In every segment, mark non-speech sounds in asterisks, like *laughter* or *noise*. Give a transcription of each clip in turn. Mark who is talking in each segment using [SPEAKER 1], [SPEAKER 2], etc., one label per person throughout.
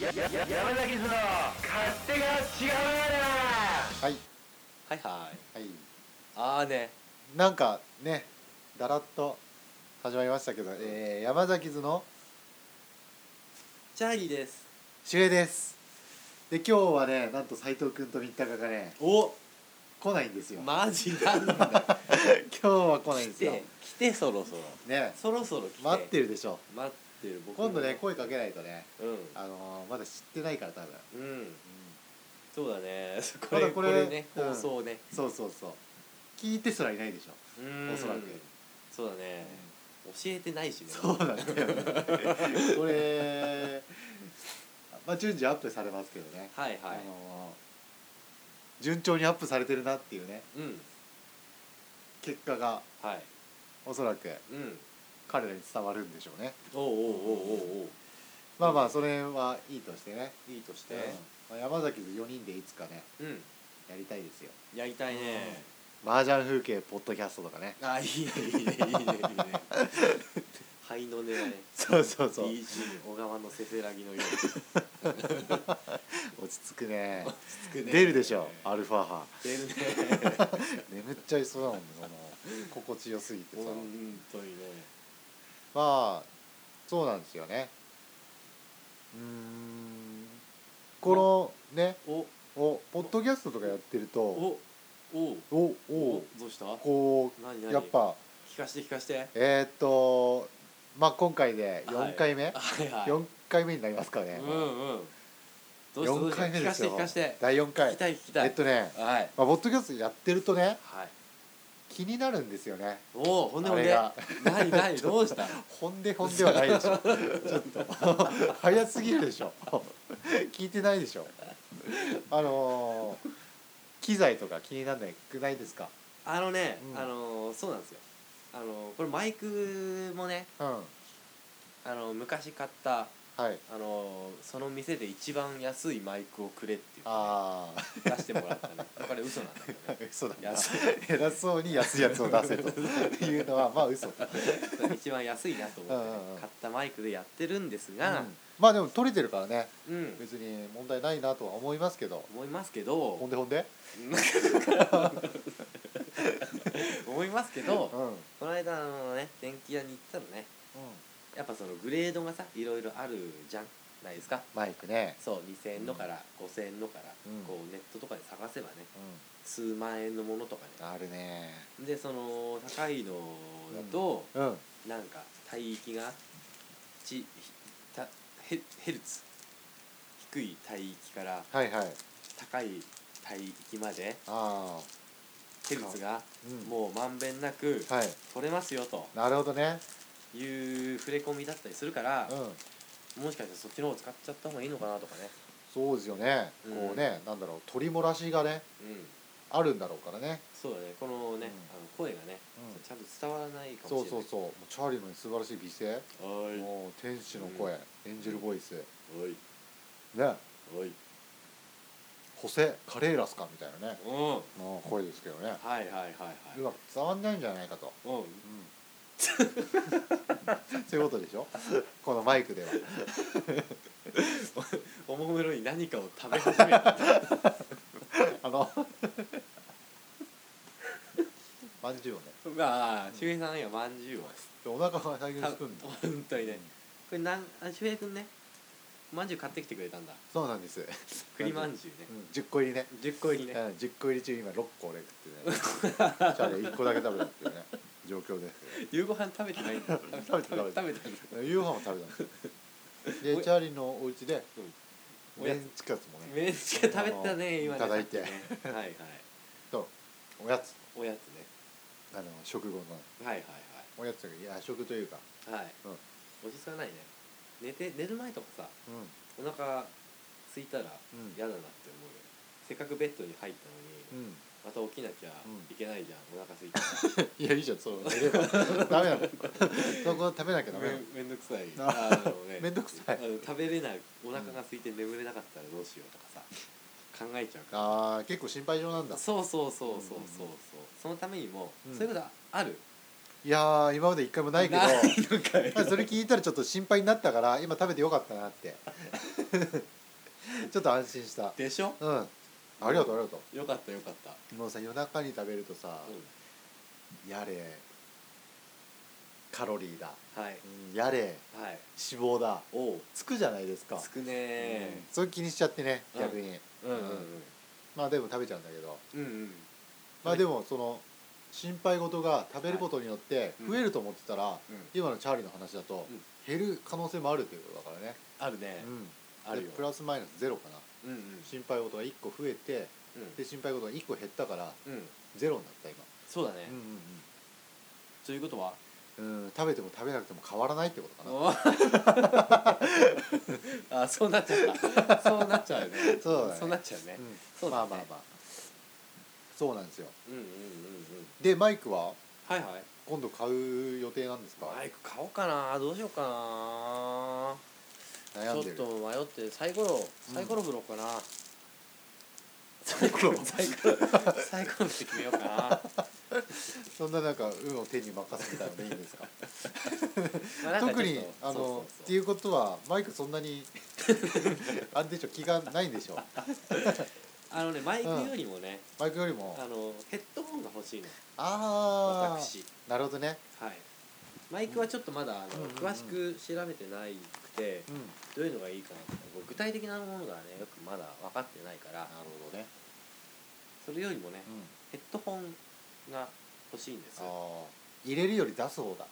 [SPEAKER 1] 山崎の勝手が違う
[SPEAKER 2] はい
[SPEAKER 3] は
[SPEAKER 2] は
[SPEAKER 3] いはい
[SPEAKER 2] い
[SPEAKER 3] ああね
[SPEAKER 2] なんかねだらっと始まりましたけど、えー、山崎図の
[SPEAKER 3] チャーリーです
[SPEAKER 2] 主演ですで今日はねなんと斉藤君と三鷹がね
[SPEAKER 3] お
[SPEAKER 2] 来ないんですよ、
[SPEAKER 3] マジなんだ
[SPEAKER 2] 今日は来ないん
[SPEAKER 3] 来
[SPEAKER 2] ですよ
[SPEAKER 3] て来てそろそろ
[SPEAKER 2] ね
[SPEAKER 3] そろそろ来て
[SPEAKER 2] 待ってるでしょ
[SPEAKER 3] 待ってる僕も
[SPEAKER 2] 今度ね声かけないとね
[SPEAKER 3] うん
[SPEAKER 2] あのーまだ知ってないから多分、
[SPEAKER 3] うんそうだねこ
[SPEAKER 2] ま
[SPEAKER 3] れ
[SPEAKER 2] だ
[SPEAKER 3] こ
[SPEAKER 2] こ
[SPEAKER 3] れ
[SPEAKER 2] れ
[SPEAKER 3] ね
[SPEAKER 2] うん
[SPEAKER 3] 放送ね
[SPEAKER 2] そうそうそう聞いてすらいないでしょ
[SPEAKER 3] お
[SPEAKER 2] おそらく、
[SPEAKER 3] そうだね教えてないしね
[SPEAKER 2] そうなんだよねこれまあ順次アップされますけどね
[SPEAKER 3] はいは
[SPEAKER 2] あ
[SPEAKER 3] い
[SPEAKER 2] の順調にアップされてるなっていうね
[SPEAKER 3] うん
[SPEAKER 2] 結果が
[SPEAKER 3] はい
[SPEAKER 2] おそらく
[SPEAKER 3] うん
[SPEAKER 2] 彼らに伝わるんでしょうね
[SPEAKER 3] おうおうおうおうおう
[SPEAKER 2] まあまあそれはいいとしてね、
[SPEAKER 3] いいとして
[SPEAKER 2] うんまあ、山崎と4人でいつかね
[SPEAKER 3] うん
[SPEAKER 2] やりたいですよ
[SPEAKER 3] やりたいね
[SPEAKER 2] 麻雀風景ポッドキャストとかね
[SPEAKER 3] あいいねい *laughs* いねいいねいいね灰の音がね
[SPEAKER 2] そうそうそう
[SPEAKER 3] BG 小川のせせらぎのように
[SPEAKER 2] 落ち着くね
[SPEAKER 3] つくね
[SPEAKER 2] 出るでしょアルファ波
[SPEAKER 3] 出るね
[SPEAKER 2] 眠っちゃいそうだもんねその心地よすぎてさ
[SPEAKER 3] 本当にね
[SPEAKER 2] まあそうなんですよねうーんこのね
[SPEAKER 3] お
[SPEAKER 2] おポッドキャストとかやってると
[SPEAKER 3] おお
[SPEAKER 2] おお
[SPEAKER 3] おどうした
[SPEAKER 2] こ
[SPEAKER 3] 何
[SPEAKER 2] う
[SPEAKER 3] 何
[SPEAKER 2] やっぱ
[SPEAKER 3] 聞かして聞かして
[SPEAKER 2] えーっとまあ今回で4回目、
[SPEAKER 3] はいはい
[SPEAKER 2] 四4回目になりますからね
[SPEAKER 3] う、んうんどうしたど
[SPEAKER 2] 4
[SPEAKER 3] うした
[SPEAKER 2] 回目
[SPEAKER 3] 聞
[SPEAKER 2] で
[SPEAKER 3] か
[SPEAKER 2] す
[SPEAKER 3] して
[SPEAKER 2] よ
[SPEAKER 3] 聞かして
[SPEAKER 2] 第4
[SPEAKER 3] 聞
[SPEAKER 2] 回
[SPEAKER 3] きたい聞きた
[SPEAKER 2] え
[SPEAKER 3] い
[SPEAKER 2] っとね、
[SPEAKER 3] はい
[SPEAKER 2] まあ、ポッドキャストやってるとね
[SPEAKER 3] はい
[SPEAKER 2] 気になるんですよね
[SPEAKER 3] おおほんでほん
[SPEAKER 2] あれ
[SPEAKER 3] で
[SPEAKER 2] が
[SPEAKER 3] 何何どうした
[SPEAKER 2] ほんでほんではないでしょちょっと早すぎるでしょ聞いてないでしょあのー機材とか気にならなくないですか
[SPEAKER 3] あのね
[SPEAKER 2] うん
[SPEAKER 3] あのーそうなんですよあのーこれマイクもね
[SPEAKER 2] うん
[SPEAKER 3] あのー昔買った
[SPEAKER 2] はい
[SPEAKER 3] あのーその店で一番安いマイクをくれっていうね
[SPEAKER 2] ああ
[SPEAKER 3] 出してもらったねこれ嘘なんだけどね
[SPEAKER 2] 嘘だな
[SPEAKER 3] 安い
[SPEAKER 2] 偉そうに安いやつを出せというのはまあ嘘だ
[SPEAKER 3] 一番安いなと思ってね
[SPEAKER 2] うんうんうん
[SPEAKER 3] 買ったマイクでやってるんですが
[SPEAKER 2] うんまあでも取れてるからね
[SPEAKER 3] うん、
[SPEAKER 2] 別に問題ないなとは思いますけど
[SPEAKER 3] 思いますけ
[SPEAKER 2] ほ
[SPEAKER 3] ど
[SPEAKER 2] んでほんで
[SPEAKER 3] 思いますけ
[SPEAKER 2] う
[SPEAKER 3] ど
[SPEAKER 2] ん、うん、
[SPEAKER 3] この間あのね電気屋に行ったらねやっぱそのグレードがさいろいろあるじゃんないですか
[SPEAKER 2] マイクね、
[SPEAKER 3] そう2000円のから5000円のから、
[SPEAKER 2] うん
[SPEAKER 3] こうネットとかで探せばね
[SPEAKER 2] う
[SPEAKER 3] 数万円のものとか
[SPEAKER 2] ん、あるね
[SPEAKER 3] ねでその高いのだと、
[SPEAKER 2] うん
[SPEAKER 3] なんか帯域がちたヘヘルツ低い帯域から
[SPEAKER 2] はいはい
[SPEAKER 3] 高い帯域まで
[SPEAKER 2] ああ
[SPEAKER 3] ヘルツが
[SPEAKER 2] うん
[SPEAKER 3] もうまんべんなく
[SPEAKER 2] はい
[SPEAKER 3] 取れますよと
[SPEAKER 2] なるほどね
[SPEAKER 3] いう触れ込みだったりするから
[SPEAKER 2] う、ん
[SPEAKER 3] もしかしてそっちの方使っちゃった方がいいのかなとかね、
[SPEAKER 2] そうですよね、
[SPEAKER 3] うん
[SPEAKER 2] こうねなんだろう取り漏らしがね
[SPEAKER 3] うん、
[SPEAKER 2] あるんだろうからね、
[SPEAKER 3] そうだねこのね、
[SPEAKER 2] うん
[SPEAKER 3] あの声がね
[SPEAKER 2] う
[SPEAKER 3] ちゃんと伝わらないか
[SPEAKER 2] ん、そ
[SPEAKER 3] も
[SPEAKER 2] う
[SPEAKER 3] し
[SPEAKER 2] そ
[SPEAKER 3] れな
[SPEAKER 2] う
[SPEAKER 3] い
[SPEAKER 2] そうもうチャーリーの素晴らしい美声
[SPEAKER 3] はーい
[SPEAKER 2] もう天使の声、エンジェルボイス
[SPEAKER 3] はい
[SPEAKER 2] ね
[SPEAKER 3] はい
[SPEAKER 2] ホセ・カレーラスかみたいなね
[SPEAKER 3] うん
[SPEAKER 2] もう声ですけどね
[SPEAKER 3] はいはいはいうは
[SPEAKER 2] まく伝わんないんじゃないかと、
[SPEAKER 3] いうん
[SPEAKER 2] うんそういうことでしょこのマイクでは
[SPEAKER 3] おもむろに何かを食べ始め *laughs* た
[SPEAKER 2] あのまんじゅうをね
[SPEAKER 3] まあ周平さんにはまんじゅうを
[SPEAKER 2] お腹が最近
[SPEAKER 3] た
[SPEAKER 2] すくんだ
[SPEAKER 3] 本当にねこれなんあ周平君ねまんじゅう買ってきてくれたんだ
[SPEAKER 2] そうなん
[SPEAKER 3] *laughs*
[SPEAKER 2] です、うん、
[SPEAKER 3] 栗まんじゅうね
[SPEAKER 2] 10個入りね
[SPEAKER 3] 10個入り
[SPEAKER 2] う
[SPEAKER 3] ね
[SPEAKER 2] ん、10個入り中今6個俺食ってねチャーリー1個だけ食べたっていうね状況です
[SPEAKER 3] 夕ご飯食べてないんだ
[SPEAKER 2] 食べて食べて
[SPEAKER 3] 食べたんだ
[SPEAKER 2] けど夕飯も食べたんですよ
[SPEAKER 3] お
[SPEAKER 2] でチャーリーのお家で
[SPEAKER 3] うんお
[SPEAKER 2] メ
[SPEAKER 3] や
[SPEAKER 2] ンチカツもね
[SPEAKER 3] めっちゃ食べてたね今ね
[SPEAKER 2] いただいて
[SPEAKER 3] さっきねはいはい
[SPEAKER 2] とおやつ
[SPEAKER 3] おやつ
[SPEAKER 2] あの食後の
[SPEAKER 3] ねはいはい
[SPEAKER 2] おやつが夜食というか、
[SPEAKER 3] はいはい
[SPEAKER 2] うん
[SPEAKER 3] 落ち着かないね寝て寝る前とかさ
[SPEAKER 2] うん
[SPEAKER 3] お腹空いたら
[SPEAKER 2] うん
[SPEAKER 3] 嫌だなって思うよ、せっかくベッドに入ったのに、
[SPEAKER 2] うん、
[SPEAKER 3] また起きなきゃ
[SPEAKER 2] うん
[SPEAKER 3] いけないじゃん、お腹空いた
[SPEAKER 2] いやいいじゃんそう寝ればダメなのそこ食べなきゃダ
[SPEAKER 3] *laughs*
[SPEAKER 2] メなの
[SPEAKER 3] めめんどくさい
[SPEAKER 2] あ
[SPEAKER 3] あの、ね、
[SPEAKER 2] めんどくさい
[SPEAKER 3] あの食べれないお腹が空いて眠れなかったらどうしようとかさ考えちゃうから
[SPEAKER 2] あー結構心配性なんだ
[SPEAKER 3] そうそうそうそうそうそ
[SPEAKER 2] うんう
[SPEAKER 3] う
[SPEAKER 2] んうん
[SPEAKER 3] そのためにも、
[SPEAKER 2] うん
[SPEAKER 3] そういうことある
[SPEAKER 2] いやー今まで一回もないけど
[SPEAKER 3] ないのかい
[SPEAKER 2] まあそれ聞いたらちょっと心配になったから今食べてよかったなって *laughs* ちょっと安心した
[SPEAKER 3] *laughs* でしょ
[SPEAKER 2] うんありがとうありがと
[SPEAKER 3] よかったよかった、
[SPEAKER 2] うもうさ夜中に食べるとさ、
[SPEAKER 3] う
[SPEAKER 2] やれカロリーだ、
[SPEAKER 3] ん、はい
[SPEAKER 2] うん、やれ
[SPEAKER 3] はい
[SPEAKER 2] 脂肪だ
[SPEAKER 3] おう
[SPEAKER 2] つくじゃないですか
[SPEAKER 3] つくね
[SPEAKER 2] それ気にしちゃってね
[SPEAKER 3] うん
[SPEAKER 2] 逆に、
[SPEAKER 3] ーうんうん
[SPEAKER 2] まあでも食べちゃうんだけど
[SPEAKER 3] うんうん
[SPEAKER 2] ま
[SPEAKER 3] は
[SPEAKER 2] あ
[SPEAKER 3] い
[SPEAKER 2] でもその心配事が食べることによって
[SPEAKER 3] うん
[SPEAKER 2] 増えると思ってたら、
[SPEAKER 3] うん
[SPEAKER 2] 今のチャーリーの話だと
[SPEAKER 3] うん
[SPEAKER 2] 減る可能性もあるということだからね、
[SPEAKER 3] あるね
[SPEAKER 2] うん
[SPEAKER 3] ある
[SPEAKER 2] で
[SPEAKER 3] よ
[SPEAKER 2] プラスマイナスゼロかな
[SPEAKER 3] うんうん
[SPEAKER 2] 心配事が1個増えてで心配事が1個減ったから
[SPEAKER 3] うんうん
[SPEAKER 2] ゼロになった今
[SPEAKER 3] そうだね
[SPEAKER 2] うん
[SPEAKER 3] ということ *laughs* は
[SPEAKER 2] うんうん、うん、食べても食べなくても変わらないってことかな、
[SPEAKER 3] あそうなっちゃった *laughs* そうなっちゃうよね
[SPEAKER 2] そうだね
[SPEAKER 3] なっちゃうね
[SPEAKER 2] うん
[SPEAKER 3] そう
[SPEAKER 2] ま
[SPEAKER 3] だ
[SPEAKER 2] あ
[SPEAKER 3] ね
[SPEAKER 2] まあまあそうなんですよ
[SPEAKER 3] うんうんうんうん
[SPEAKER 2] でマイクは
[SPEAKER 3] はいはい
[SPEAKER 2] 今度買う予定なんですか
[SPEAKER 3] マイク買おうかなどうしようかな
[SPEAKER 2] 悩んでる
[SPEAKER 3] ちょっと迷ってサイコロ
[SPEAKER 2] うん
[SPEAKER 3] サイコロ振ろうかな、サイコロ *laughs* サイコロサイコロって決めよう
[SPEAKER 2] *laughs*
[SPEAKER 3] か
[SPEAKER 2] *laughs* そんななんか運を手に任せみたいのでいいんですか
[SPEAKER 3] な *laughs* まあなんかちょっと
[SPEAKER 2] 特にあの
[SPEAKER 3] そう
[SPEAKER 2] っ
[SPEAKER 3] そう
[SPEAKER 2] ていうことはマイクそんなに *laughs* あれでしょ気がないんでしょ
[SPEAKER 3] そうあのねマイクよりもね、
[SPEAKER 2] マイクよりも
[SPEAKER 3] あのヘッドホンが欲しいの
[SPEAKER 2] ああ
[SPEAKER 3] 私
[SPEAKER 2] なるほどね
[SPEAKER 3] はいマイクはちょっとまだあの、
[SPEAKER 2] うんうんうん
[SPEAKER 3] 詳しく調べてないくて
[SPEAKER 2] うん
[SPEAKER 3] どういうのがいいかなとか具体的なものがねよくまだ分かってないから
[SPEAKER 2] なるほどね、
[SPEAKER 3] それよりもね
[SPEAKER 2] うん、
[SPEAKER 3] ヘッドホンが欲しいんです
[SPEAKER 2] ああ入れるより出す方だ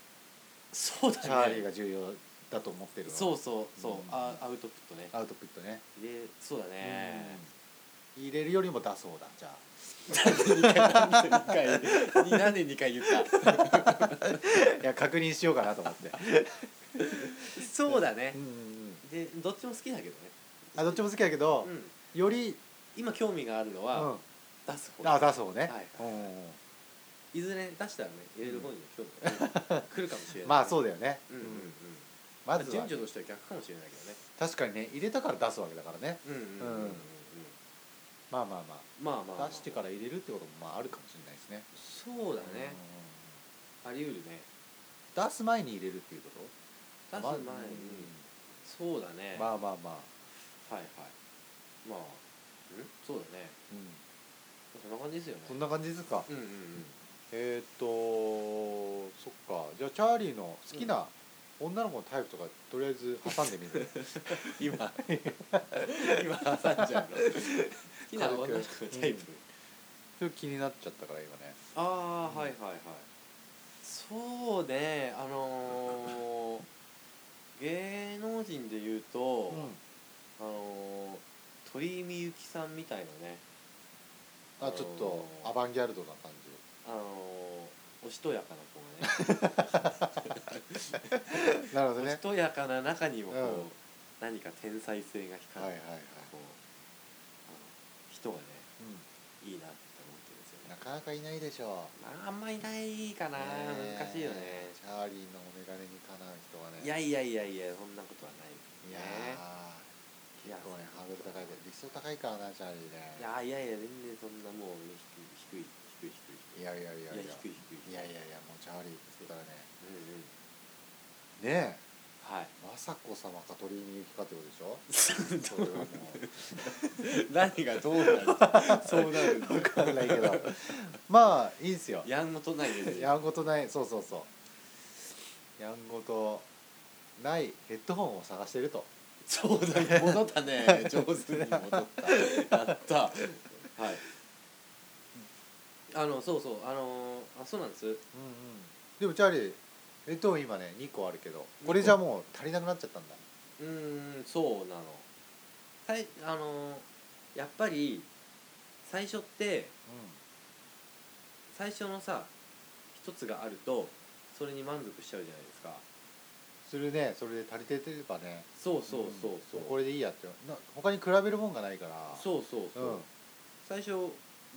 [SPEAKER 3] そう
[SPEAKER 2] チャ
[SPEAKER 3] だ
[SPEAKER 2] ーリー
[SPEAKER 3] ね
[SPEAKER 2] が重要だと思ってるの
[SPEAKER 3] そうそうそう、
[SPEAKER 2] うん
[SPEAKER 3] あアウトプットね
[SPEAKER 2] アウトプットね、
[SPEAKER 3] でそうだね、
[SPEAKER 2] うん入れるよりも出そうだじゃあ
[SPEAKER 3] 2回何で2回言った
[SPEAKER 2] いや確認しようかなと思
[SPEAKER 3] *laughs*
[SPEAKER 2] って
[SPEAKER 3] そうだね
[SPEAKER 2] うん、うんうん、
[SPEAKER 3] でどっちも好きだけどね
[SPEAKER 2] あどっちも好きだけど、
[SPEAKER 3] うん
[SPEAKER 2] より、
[SPEAKER 3] 今興味があるの
[SPEAKER 2] うん、
[SPEAKER 3] は
[SPEAKER 2] あ
[SPEAKER 3] 出す方、
[SPEAKER 2] 出そうね、
[SPEAKER 3] はい
[SPEAKER 2] うんうんうん
[SPEAKER 3] いずれ出したらね入れる方にも興味がね来るかもしれない
[SPEAKER 2] まあそう
[SPEAKER 3] う
[SPEAKER 2] だよね、
[SPEAKER 3] うんうんうん
[SPEAKER 2] まずは
[SPEAKER 3] 順序としては逆かもしれないけどね
[SPEAKER 2] 確かにね入れたから出すわけだからね
[SPEAKER 3] うんうんうんうんうん
[SPEAKER 2] まあまあま
[SPEAKER 3] まあまあ
[SPEAKER 2] あ、
[SPEAKER 3] まあ
[SPEAKER 2] 出してから入れるってこともまああるかもしれないですね
[SPEAKER 3] そうだねあり得るね
[SPEAKER 2] うん出す前に入れるっていうこ
[SPEAKER 3] 出
[SPEAKER 2] と
[SPEAKER 3] す前にそうだね
[SPEAKER 2] ま
[SPEAKER 3] は
[SPEAKER 2] あまあまあ、
[SPEAKER 3] いはいまあんそうだね
[SPEAKER 2] うん、
[SPEAKER 3] そんな感じですよね
[SPEAKER 2] そんな感じですか
[SPEAKER 3] うんうんうん
[SPEAKER 2] えーっとそっかじゃあチャーリーの好きな女の子のタイプとかとりあえず挟んでみ *laughs* る
[SPEAKER 3] 今 *laughs* 今挟んじゃうの好きな女の子のタ
[SPEAKER 2] うち
[SPEAKER 3] イプ、
[SPEAKER 2] ょっと気になっちゃったから今ね
[SPEAKER 3] あ
[SPEAKER 2] うん
[SPEAKER 3] あはいはいはいそうねあのー、芸能人で言うと、あのー、鳥居みゆきさんみたいなね
[SPEAKER 2] あちょっとアバンギャルドな感じ
[SPEAKER 3] あのー、おしとやかな子がね
[SPEAKER 2] なるほど
[SPEAKER 3] おし
[SPEAKER 2] ね
[SPEAKER 3] とやかな中にもこう、
[SPEAKER 2] うん
[SPEAKER 3] 何か天才性が
[SPEAKER 2] はいはいは
[SPEAKER 3] 光る、
[SPEAKER 2] い、
[SPEAKER 3] こうあの人がね
[SPEAKER 2] う
[SPEAKER 3] いいなって思ってるんですよ
[SPEAKER 2] ん、な
[SPEAKER 3] ね
[SPEAKER 2] かなかいないでしょ
[SPEAKER 3] まああんまいないかな、
[SPEAKER 2] ねえ
[SPEAKER 3] 難しいよね
[SPEAKER 2] チャーリーのお眼鏡にかなう人はね
[SPEAKER 3] いやいやいやいやそんなことはない
[SPEAKER 2] いや
[SPEAKER 3] ね
[SPEAKER 2] ー結構ねハードル高いで理想高いからなチャーリーね
[SPEAKER 3] いやいやいや全然そんなもう低い低い
[SPEAKER 2] いやいやいやい
[SPEAKER 3] 低い低いいや
[SPEAKER 2] やいやいやいやいや
[SPEAKER 3] 低い低い
[SPEAKER 2] もうチャーリーって言ったらね
[SPEAKER 3] うんうん
[SPEAKER 2] ねえ
[SPEAKER 3] はい
[SPEAKER 2] 雅子様か鳥居みゆきかってことでしょそれ
[SPEAKER 3] ど
[SPEAKER 2] はも
[SPEAKER 3] う
[SPEAKER 2] う
[SPEAKER 3] 何がどうなるそうなるんだ
[SPEAKER 2] 分かんないけどまあいいんすよ
[SPEAKER 3] やんごとないです
[SPEAKER 2] やんごとないそうそうそうやんごとないヘッドホンを探してると
[SPEAKER 3] そうだね戻った *laughs* ね上手に戻った *laughs* やったはいあのそうそうあのーあそうなんです
[SPEAKER 2] うんうんでもチャーリーヘッドホン今ね2個あるけどこれじゃもう足りなくなっちゃったんだ
[SPEAKER 3] うーんそうなのはいあのーやっぱり最初って最初のさ一つがあるとそれに満足しちゃうじゃないですか
[SPEAKER 2] するねそれで足りててればね
[SPEAKER 3] そうそうそうそ
[SPEAKER 2] んこ
[SPEAKER 3] う、
[SPEAKER 2] れでいいやってな他に比べるもんがないから
[SPEAKER 3] そうそうそう、
[SPEAKER 2] うん
[SPEAKER 3] 最初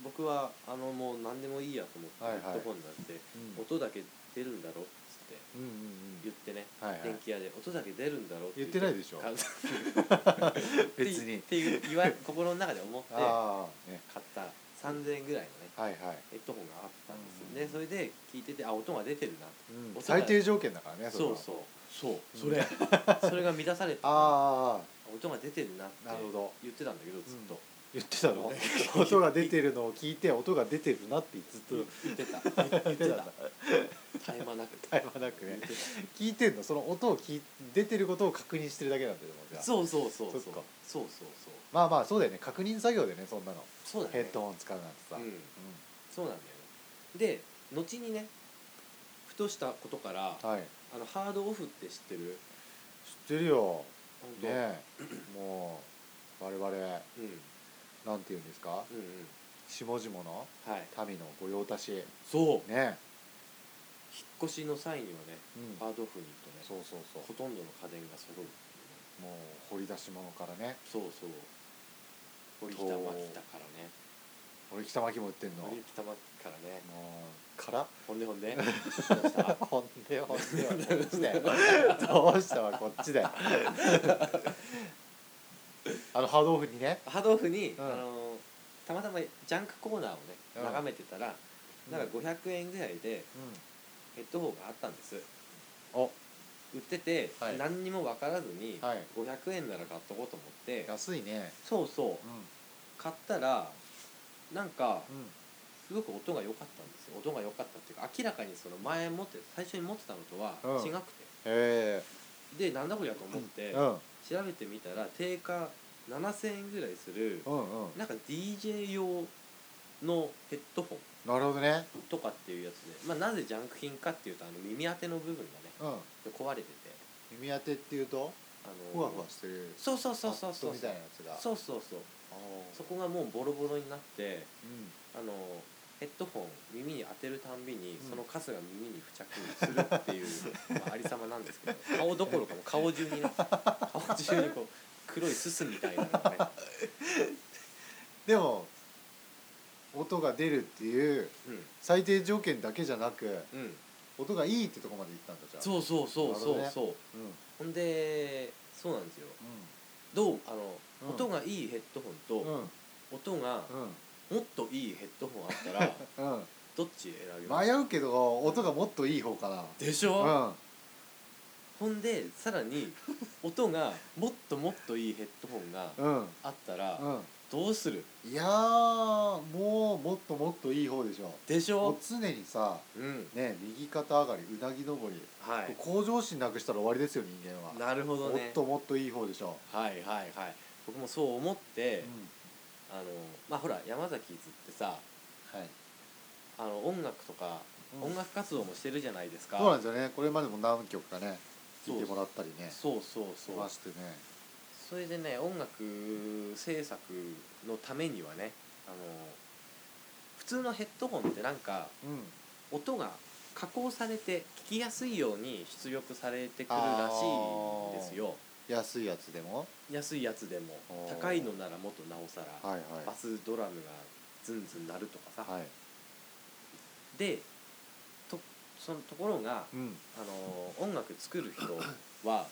[SPEAKER 3] 僕はあのもう何でもいいやと思
[SPEAKER 2] はいは
[SPEAKER 3] っ
[SPEAKER 2] い
[SPEAKER 3] てヘッドホンになって、
[SPEAKER 2] うん
[SPEAKER 3] 音だけ出るんだろっつって
[SPEAKER 2] うんうんう
[SPEAKER 3] 言ってね、
[SPEAKER 2] んはいはい
[SPEAKER 3] 電気屋で音だけ出るんだろう
[SPEAKER 2] 言ってないでしょ *laughs*
[SPEAKER 3] 買う
[SPEAKER 2] 別に
[SPEAKER 3] っていう言わ *laughs* 心の中で思って買っ
[SPEAKER 2] ああね
[SPEAKER 3] た3000円ぐらいのね
[SPEAKER 2] はいはい
[SPEAKER 3] ヘッドホンがあったん
[SPEAKER 2] うん
[SPEAKER 3] ですよねそれで聞いててあ音が出てるな
[SPEAKER 2] うん
[SPEAKER 3] お互い
[SPEAKER 2] 最低条件だからね
[SPEAKER 3] そう
[SPEAKER 2] そ
[SPEAKER 3] そうそう
[SPEAKER 2] れは *laughs*
[SPEAKER 3] それが満たされて
[SPEAKER 2] ああ
[SPEAKER 3] 音音が出てるなって
[SPEAKER 2] なるほど
[SPEAKER 3] 言ってたんだけどずっと、
[SPEAKER 2] 言ってたの *laughs* 音が
[SPEAKER 3] *laughs*
[SPEAKER 2] 出てるのを聞いて音が出てるなってずっ
[SPEAKER 3] 言ってた
[SPEAKER 2] と言ってたんだ
[SPEAKER 3] 絶え間なく
[SPEAKER 2] *laughs* 絶え間なくね
[SPEAKER 3] 言って
[SPEAKER 2] 聞いてんのその音を聞い出てることを確認してるだけなんだけどもじゃ
[SPEAKER 3] た
[SPEAKER 2] あ
[SPEAKER 3] そうそうそうそ
[SPEAKER 2] そ
[SPEAKER 3] うそ
[SPEAKER 2] っ
[SPEAKER 3] う
[SPEAKER 2] か
[SPEAKER 3] そう
[SPEAKER 2] まあまあそうだよね確認作業でねそんなの
[SPEAKER 3] そうそうだ
[SPEAKER 2] ヘ
[SPEAKER 3] ね
[SPEAKER 2] ッドホン使うなんてさ、
[SPEAKER 3] う
[SPEAKER 2] うん
[SPEAKER 3] んそうなんだよねで後にねふとしたことから
[SPEAKER 2] はい
[SPEAKER 3] あのハードオフって知ってる
[SPEAKER 2] 知ってるよ
[SPEAKER 3] 本
[SPEAKER 2] ね
[SPEAKER 3] 当
[SPEAKER 2] えもう我々な
[SPEAKER 3] うんう
[SPEAKER 2] ん
[SPEAKER 3] ん
[SPEAKER 2] て言うんですか
[SPEAKER 3] うん
[SPEAKER 2] 下々の
[SPEAKER 3] はい
[SPEAKER 2] 民の御用達ね
[SPEAKER 3] そう引っ
[SPEAKER 2] え、
[SPEAKER 3] 越しの際にはね
[SPEAKER 2] うん、
[SPEAKER 3] ハードオフに行くと
[SPEAKER 2] そ
[SPEAKER 3] ね
[SPEAKER 2] うそうそう
[SPEAKER 3] ほとんどの家電が揃う
[SPEAKER 2] もう掘り出し物からね
[SPEAKER 3] そうそう堀北真希だからね
[SPEAKER 2] 堀北真希も売ってんのも
[SPEAKER 3] 堀
[SPEAKER 2] う
[SPEAKER 3] 北真希からね
[SPEAKER 2] から
[SPEAKER 3] ほんでほ
[SPEAKER 2] *laughs*
[SPEAKER 3] んでどうした
[SPEAKER 2] ほんでほんではこっちだよどうしたわこっちだ *laughs* よあのハードオフにね
[SPEAKER 3] ハードオフに、
[SPEAKER 2] うん
[SPEAKER 3] あのたまたまジャンクコーナーをね
[SPEAKER 2] うん
[SPEAKER 3] 眺めてたら、なんか
[SPEAKER 2] うん
[SPEAKER 3] 500円ぐらいでヘッドホンがあったんです
[SPEAKER 2] お
[SPEAKER 3] 売ってて、
[SPEAKER 2] はい
[SPEAKER 3] 何にも分からずに、
[SPEAKER 2] はい
[SPEAKER 3] 500円なら買っとこうと思って
[SPEAKER 2] 安いね
[SPEAKER 3] そうそう
[SPEAKER 2] うん
[SPEAKER 3] 買ったらなんか
[SPEAKER 2] うん
[SPEAKER 3] すごく音が良かったんですよ音が良かったっていうか明らかにその前持って最初に持ってたのとは
[SPEAKER 2] うん
[SPEAKER 3] 違くて、
[SPEAKER 2] へ
[SPEAKER 3] でなんだこりゃと思って、
[SPEAKER 2] えうん
[SPEAKER 3] 調べてみたら定価7000円ぐらいする
[SPEAKER 2] うんうん
[SPEAKER 3] なんか DJ 用のヘッドホン
[SPEAKER 2] なるほどね
[SPEAKER 3] とかっていうやつで、まあ、なぜジャンク品かっていうとあの耳当ての部分がね
[SPEAKER 2] うん
[SPEAKER 3] 壊れてて
[SPEAKER 2] 耳当てっていうと
[SPEAKER 3] あの
[SPEAKER 2] ふわふわしてる
[SPEAKER 3] そうそうそうそうそ
[SPEAKER 2] マット
[SPEAKER 3] う
[SPEAKER 2] みたいなやつが
[SPEAKER 3] そうそうそう
[SPEAKER 2] あー
[SPEAKER 3] そこがもうボロボロになって
[SPEAKER 2] うん
[SPEAKER 3] あのヘッドホン耳に当てるたんびに
[SPEAKER 2] うん
[SPEAKER 3] そのカスが耳に付着するっていう、まあ、 *laughs* ありさまなんですけど顔どころかもう顔中 *laughs* にね顔中にこう黒いすすみたいなのがね、
[SPEAKER 2] でも音が出るっていう
[SPEAKER 3] う
[SPEAKER 2] 最低条件だけじゃなく
[SPEAKER 3] んうん、
[SPEAKER 2] 音がいいってとこまで行ったんだじゃあう、
[SPEAKER 3] そうそうそうそう
[SPEAKER 2] なる
[SPEAKER 3] そう、
[SPEAKER 2] うんうん、
[SPEAKER 3] ほんでそうなんですよどうあの、
[SPEAKER 2] うん
[SPEAKER 3] 音がいいヘッドホン
[SPEAKER 2] う
[SPEAKER 3] と、
[SPEAKER 2] ん
[SPEAKER 3] 音がもっといいヘッドホンあった *laughs* ら
[SPEAKER 2] うんうん
[SPEAKER 3] どっち選びます
[SPEAKER 2] 迷うけど音がもっといい方かな
[SPEAKER 3] でしょ、
[SPEAKER 2] うん
[SPEAKER 3] ほんでさらに *laughs* 音がもっともっといいヘッドホンが
[SPEAKER 2] うん
[SPEAKER 3] あったら
[SPEAKER 2] う
[SPEAKER 3] どうする
[SPEAKER 2] んいやーもうもっともっといい方でしょ
[SPEAKER 3] でし
[SPEAKER 2] もう
[SPEAKER 3] ょ
[SPEAKER 2] 常にさ
[SPEAKER 3] うん
[SPEAKER 2] ね右肩上がりうなぎ登り、
[SPEAKER 3] はい
[SPEAKER 2] 向上心なくしたら終わりですよ人間は
[SPEAKER 3] なるほど
[SPEAKER 2] もっ
[SPEAKER 3] ね
[SPEAKER 2] ともっといい方でしょ、
[SPEAKER 3] はいはいはい僕もそう思って、
[SPEAKER 2] う
[SPEAKER 3] あのまあほら山崎ずってさ
[SPEAKER 2] んはい
[SPEAKER 3] あの音楽とか、
[SPEAKER 2] うん
[SPEAKER 3] 音楽活動もしてるじゃないですか
[SPEAKER 2] そうなんですよねこれまでも何曲かね
[SPEAKER 3] そう
[SPEAKER 2] 聴いてもらったりね
[SPEAKER 3] そうそう
[SPEAKER 2] し
[SPEAKER 3] そう
[SPEAKER 2] ましてね
[SPEAKER 3] それでね音楽制作のためにはねあの普通のヘッドホンってなんか
[SPEAKER 2] うん
[SPEAKER 3] 音が加工されて聞きやすいように出力されてくるらしいんですよ
[SPEAKER 2] 安いやつでも
[SPEAKER 3] 安いやつでも
[SPEAKER 2] あー
[SPEAKER 3] 高いのならもっとなおさら、
[SPEAKER 2] はいはい
[SPEAKER 3] バスドラムがズンズン鳴るとかさ、
[SPEAKER 2] はい
[SPEAKER 3] でとそのところが、
[SPEAKER 2] うん
[SPEAKER 3] あの音楽作る人は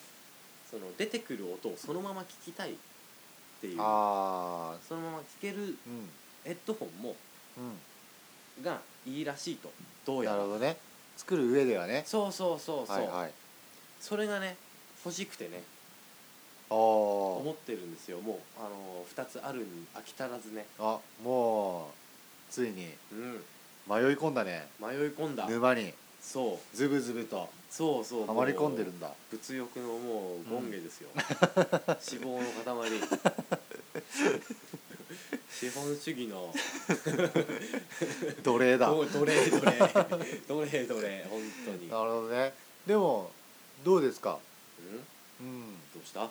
[SPEAKER 3] その出てくる音をそのまま聞きたいっていう
[SPEAKER 2] ああ
[SPEAKER 3] そのまま聞ける
[SPEAKER 2] うん
[SPEAKER 3] ヘッドホンも
[SPEAKER 2] う
[SPEAKER 3] がいいらしいとど
[SPEAKER 2] ん
[SPEAKER 3] うや
[SPEAKER 2] な
[SPEAKER 3] ら
[SPEAKER 2] るほどね作る上ではね
[SPEAKER 3] そうそうそうそう、
[SPEAKER 2] はいはい
[SPEAKER 3] それがね欲しくてね
[SPEAKER 2] あー
[SPEAKER 3] 思ってるんですよもう、あのー、2つあるに飽き足らずね、
[SPEAKER 2] あもうついに
[SPEAKER 3] うん、
[SPEAKER 2] 迷い込んだね
[SPEAKER 3] 迷い込んだ
[SPEAKER 2] 沼に
[SPEAKER 3] そう
[SPEAKER 2] ズブズブと
[SPEAKER 3] そうそう
[SPEAKER 2] はまり込んでる
[SPEAKER 3] も
[SPEAKER 2] んだ
[SPEAKER 3] う物欲のもう権下ですよ、脂肪の塊資本主義の
[SPEAKER 2] 奴隷だな
[SPEAKER 3] ど
[SPEAKER 2] る
[SPEAKER 3] どれどれどれどれ本当に
[SPEAKER 2] ほどねでもどうですか
[SPEAKER 3] うん
[SPEAKER 2] うん
[SPEAKER 3] どうしたあ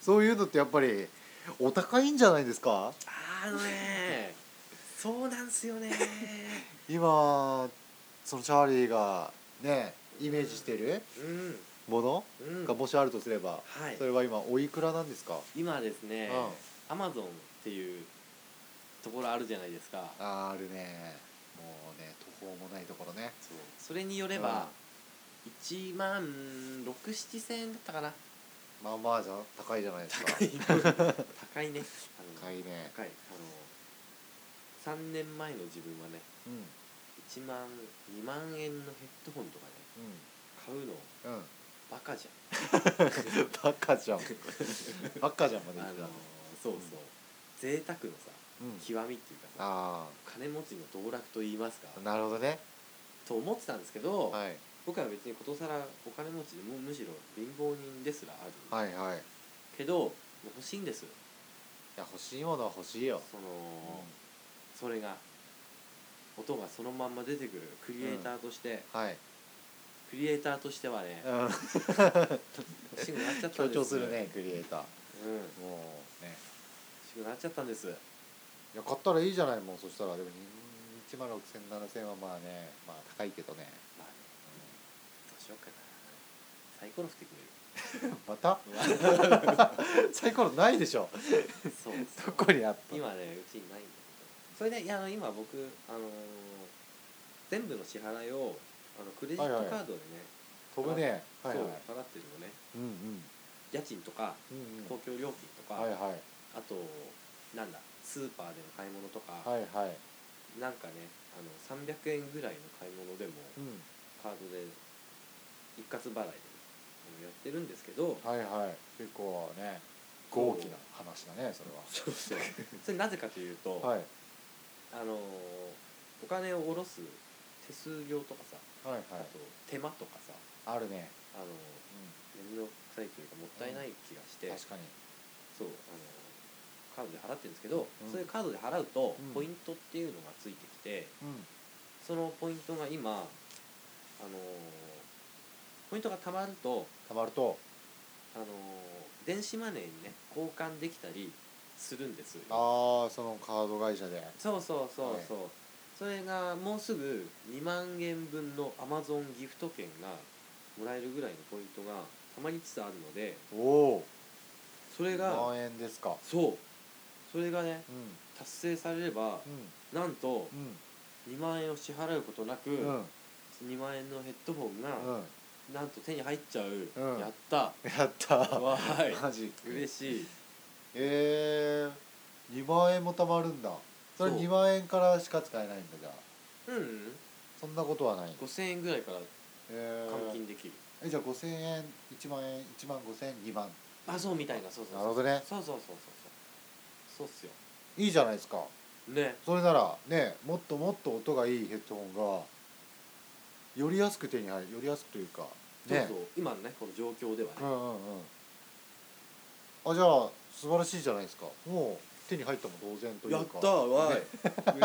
[SPEAKER 2] そういうのってやっぱりお高いんじゃないですか
[SPEAKER 3] ーあのねそうなんすよね
[SPEAKER 2] 今そのチャーリーがねイメージしてる
[SPEAKER 3] うん
[SPEAKER 2] もの
[SPEAKER 3] うん
[SPEAKER 2] が
[SPEAKER 3] は
[SPEAKER 2] もしあるとすれば、
[SPEAKER 3] い
[SPEAKER 2] それは今おいくらなんですか、
[SPEAKER 3] 今ですね、
[SPEAKER 2] うん
[SPEAKER 3] アマゾンっていうところあるじゃないですか
[SPEAKER 2] あーあるねもうね途方もないところね
[SPEAKER 3] そうそれによれば、1万67000円だった *laughs* かな
[SPEAKER 2] まあまあじゃ高いじゃないですか
[SPEAKER 3] 高い高いねあ
[SPEAKER 2] 高
[SPEAKER 3] の
[SPEAKER 2] いね
[SPEAKER 3] 高いあの3年前の自分はね
[SPEAKER 2] うん
[SPEAKER 3] 1万2万円のヘッドホンとかね買うの
[SPEAKER 2] うんうん
[SPEAKER 3] バカカじ
[SPEAKER 2] バカ *laughs* じゃんバカじゃんま
[SPEAKER 3] ゃ
[SPEAKER 2] で
[SPEAKER 3] んあ
[SPEAKER 2] 言って
[SPEAKER 3] の
[SPEAKER 2] た
[SPEAKER 3] そうそう贅沢のさ
[SPEAKER 2] うん
[SPEAKER 3] 極みっていうかさ
[SPEAKER 2] あ
[SPEAKER 3] 金持ちの道楽と言いますか
[SPEAKER 2] あなるほどね
[SPEAKER 3] と思ってたんですけど、
[SPEAKER 2] はい
[SPEAKER 3] 僕は別にことさらお金持ちでむむしろ貧乏人ですらある、
[SPEAKER 2] はいはいい
[SPEAKER 3] けどもう欲しいんです
[SPEAKER 2] や欲しいものは欲しいよ、
[SPEAKER 3] その、
[SPEAKER 2] うん
[SPEAKER 3] それが音がそのまんま出てくるクリエイターとして、
[SPEAKER 2] はい、
[SPEAKER 3] クリエイターとしてはね
[SPEAKER 2] うん、
[SPEAKER 3] 欲しくなっちゃった
[SPEAKER 2] 強
[SPEAKER 3] んです
[SPEAKER 2] 調するねクリエイター
[SPEAKER 3] うん欲
[SPEAKER 2] もうね
[SPEAKER 3] しくなっちゃったんです
[SPEAKER 2] いや買ったらいいじゃないもうそしたらでも1万6000 7000はまあねまあ高いけどね
[SPEAKER 3] まあねどうしようかなサイコロ振って
[SPEAKER 2] ま *laughs* た
[SPEAKER 3] くれる
[SPEAKER 2] サイコロないでしょ
[SPEAKER 3] そうそ *laughs*
[SPEAKER 2] ど
[SPEAKER 3] う
[SPEAKER 2] こにあった
[SPEAKER 3] 今ねうちにないんだけどそれでいやあの今僕あのー全部の支払いをあのクレジットカードでね、
[SPEAKER 2] 飛ぶねはいはい
[SPEAKER 3] そう払ってるのね
[SPEAKER 2] うんうん
[SPEAKER 3] 家賃とか
[SPEAKER 2] うん
[SPEAKER 3] 公共料金と
[SPEAKER 2] うん
[SPEAKER 3] か、
[SPEAKER 2] はいはい
[SPEAKER 3] あとなんだスーパーでの買い物とか、
[SPEAKER 2] はいはい
[SPEAKER 3] なんかねあの300円ぐらいの買い物でも
[SPEAKER 2] うん
[SPEAKER 3] カードで一括払いであのやってるんですけど
[SPEAKER 2] はいはい結構ね豪気な話だねそ
[SPEAKER 3] そうそうそれなぜかというと、
[SPEAKER 2] れははい
[SPEAKER 3] あのーお金を下ろす手数料とかさ、
[SPEAKER 2] はいはい
[SPEAKER 3] あと手間とかさ
[SPEAKER 2] あるね
[SPEAKER 3] あの面倒くさいというかもったいない気がして、
[SPEAKER 2] うん確かに
[SPEAKER 3] そうあのカードで払ってるんですけど、
[SPEAKER 2] うん
[SPEAKER 3] そういうカードで払うと
[SPEAKER 2] うん
[SPEAKER 3] ポイントっていうのがついてきて、
[SPEAKER 2] うん
[SPEAKER 3] そのポイントが今あのポイントがたまると
[SPEAKER 2] たまると
[SPEAKER 3] あの電子マネーにね交換できたりするんです
[SPEAKER 2] ああそのカード会社で
[SPEAKER 3] そうそうそう
[SPEAKER 2] はい
[SPEAKER 3] そう、それがもうすぐ2万円分のアマゾンギフト券がもらえるぐらいのポイントがたまりつつあるので
[SPEAKER 2] おお
[SPEAKER 3] それが
[SPEAKER 2] 万円ですか
[SPEAKER 3] そうそれがね
[SPEAKER 2] うん
[SPEAKER 3] 達成されれば
[SPEAKER 2] う
[SPEAKER 3] なんと
[SPEAKER 2] ん
[SPEAKER 3] 2万円を支払うことなく、
[SPEAKER 2] うんうん
[SPEAKER 3] 2万円のヘッドホンが、
[SPEAKER 2] うん
[SPEAKER 3] なんと手に入っちゃう、
[SPEAKER 2] うん
[SPEAKER 3] やった
[SPEAKER 2] やった
[SPEAKER 3] わ
[SPEAKER 2] *laughs* マジ
[SPEAKER 3] い嬉しい
[SPEAKER 2] ええ2万円も貯まるんだそれ
[SPEAKER 3] そう
[SPEAKER 2] 2万円からしか使えないんだじゃあ
[SPEAKER 3] うん
[SPEAKER 2] そんなことはない
[SPEAKER 3] 5000円ぐらいから
[SPEAKER 2] え
[SPEAKER 3] 換
[SPEAKER 2] ー
[SPEAKER 3] 金できる、
[SPEAKER 2] えじゃあ5000円1万円1万5000円2万
[SPEAKER 3] あそうみたいなそうそう
[SPEAKER 2] な
[SPEAKER 3] そ
[SPEAKER 2] る
[SPEAKER 3] う
[SPEAKER 2] ほどね
[SPEAKER 3] そうそうそうそうそうっすよ
[SPEAKER 2] いいじゃないですか
[SPEAKER 3] ね
[SPEAKER 2] それならねもっともっと音がいいヘッドホンがより安く手に入るより安くというかね
[SPEAKER 3] そうそう今のねこの状況ではね、
[SPEAKER 2] うんうんうんあじゃあ素晴らしいじゃないですかもう手に入ったも同然という
[SPEAKER 3] やっ
[SPEAKER 2] か
[SPEAKER 3] たわい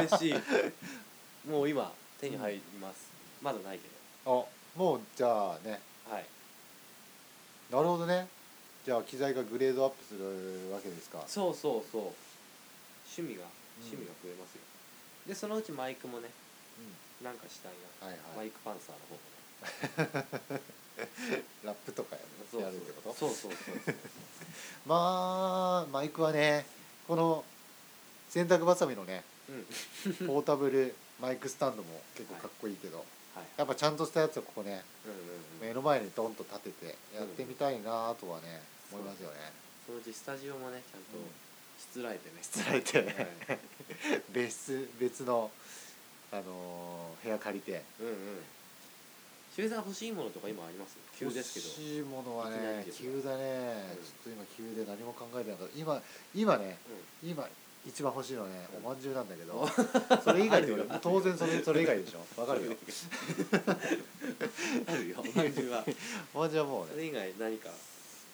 [SPEAKER 3] 嬉しいもう今手に入ります、まだないけ
[SPEAKER 2] あもうじゃあね
[SPEAKER 3] どはい
[SPEAKER 2] なるほどねじゃあ機材がグレードアップするわけですか
[SPEAKER 3] そうそうそう趣味が
[SPEAKER 2] うん
[SPEAKER 3] 趣味が増えますよ、でそのうちマイクもねなんかしたいな、
[SPEAKER 2] はいは
[SPEAKER 3] マ
[SPEAKER 2] い
[SPEAKER 3] イクパンサーの方もね
[SPEAKER 2] ラップとかや
[SPEAKER 3] そう
[SPEAKER 2] る
[SPEAKER 3] そ
[SPEAKER 2] や
[SPEAKER 3] う
[SPEAKER 2] るってこと
[SPEAKER 3] そうそうそうそう
[SPEAKER 2] まあマイクはねこの洗濯ばさみのね
[SPEAKER 3] うん
[SPEAKER 2] ポータブルマイクスタンドも結構かっこいいけど、
[SPEAKER 3] はい
[SPEAKER 2] やっぱちゃんとしたやつをここね
[SPEAKER 3] うんうんうん
[SPEAKER 2] 目の前にドンと立ててやってみたいなとはね、思いますよね
[SPEAKER 3] そのうちスタジオもねちゃんと
[SPEAKER 2] うん
[SPEAKER 3] しつらえてね
[SPEAKER 2] つられて
[SPEAKER 3] はい
[SPEAKER 2] ね別別の、あのー部屋借りて
[SPEAKER 3] うんうん修さん欲しいものとか今あります急ですけど
[SPEAKER 2] 欲しいものはい
[SPEAKER 3] きな
[SPEAKER 2] ね
[SPEAKER 3] りですが
[SPEAKER 2] 急だね、
[SPEAKER 3] うん
[SPEAKER 2] ちょっと今急で何も考えてなかった今今ね今一番欲しいのはね
[SPEAKER 3] うん
[SPEAKER 2] おまんじゅうなんだけど、それ以外で
[SPEAKER 3] *laughs* あるよ
[SPEAKER 2] 当然それそれ以外でしょわかるよ
[SPEAKER 3] *laughs* あるよおまんじゅうは
[SPEAKER 2] おまんじゅうはもう
[SPEAKER 3] そ
[SPEAKER 2] ね
[SPEAKER 3] れ以外何か